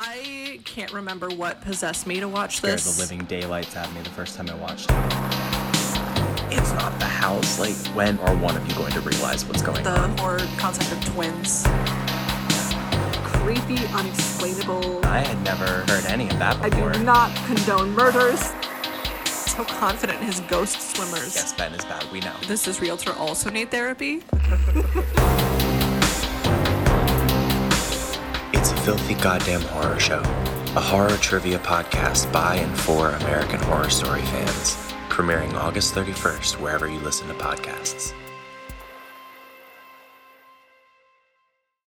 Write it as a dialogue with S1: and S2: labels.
S1: I can't remember what possessed me to watch
S2: scared
S1: this.
S2: the living daylights out of me the first time I watched it. It's not the house. Like, when are one of you going to realize what's going
S1: the
S2: on?
S1: horror concept of twins.
S3: Creepy, unexplainable.
S2: I had never heard any of that
S3: I do
S2: before.
S3: not condone murders.
S1: So confident in his ghost swimmers.
S2: Yes, Ben is bad. We know.
S1: This is realtor also need therapy.
S2: It's a filthy goddamn horror show. A horror trivia podcast by and for American Horror Story fans. Premiering August 31st, wherever you listen to podcasts.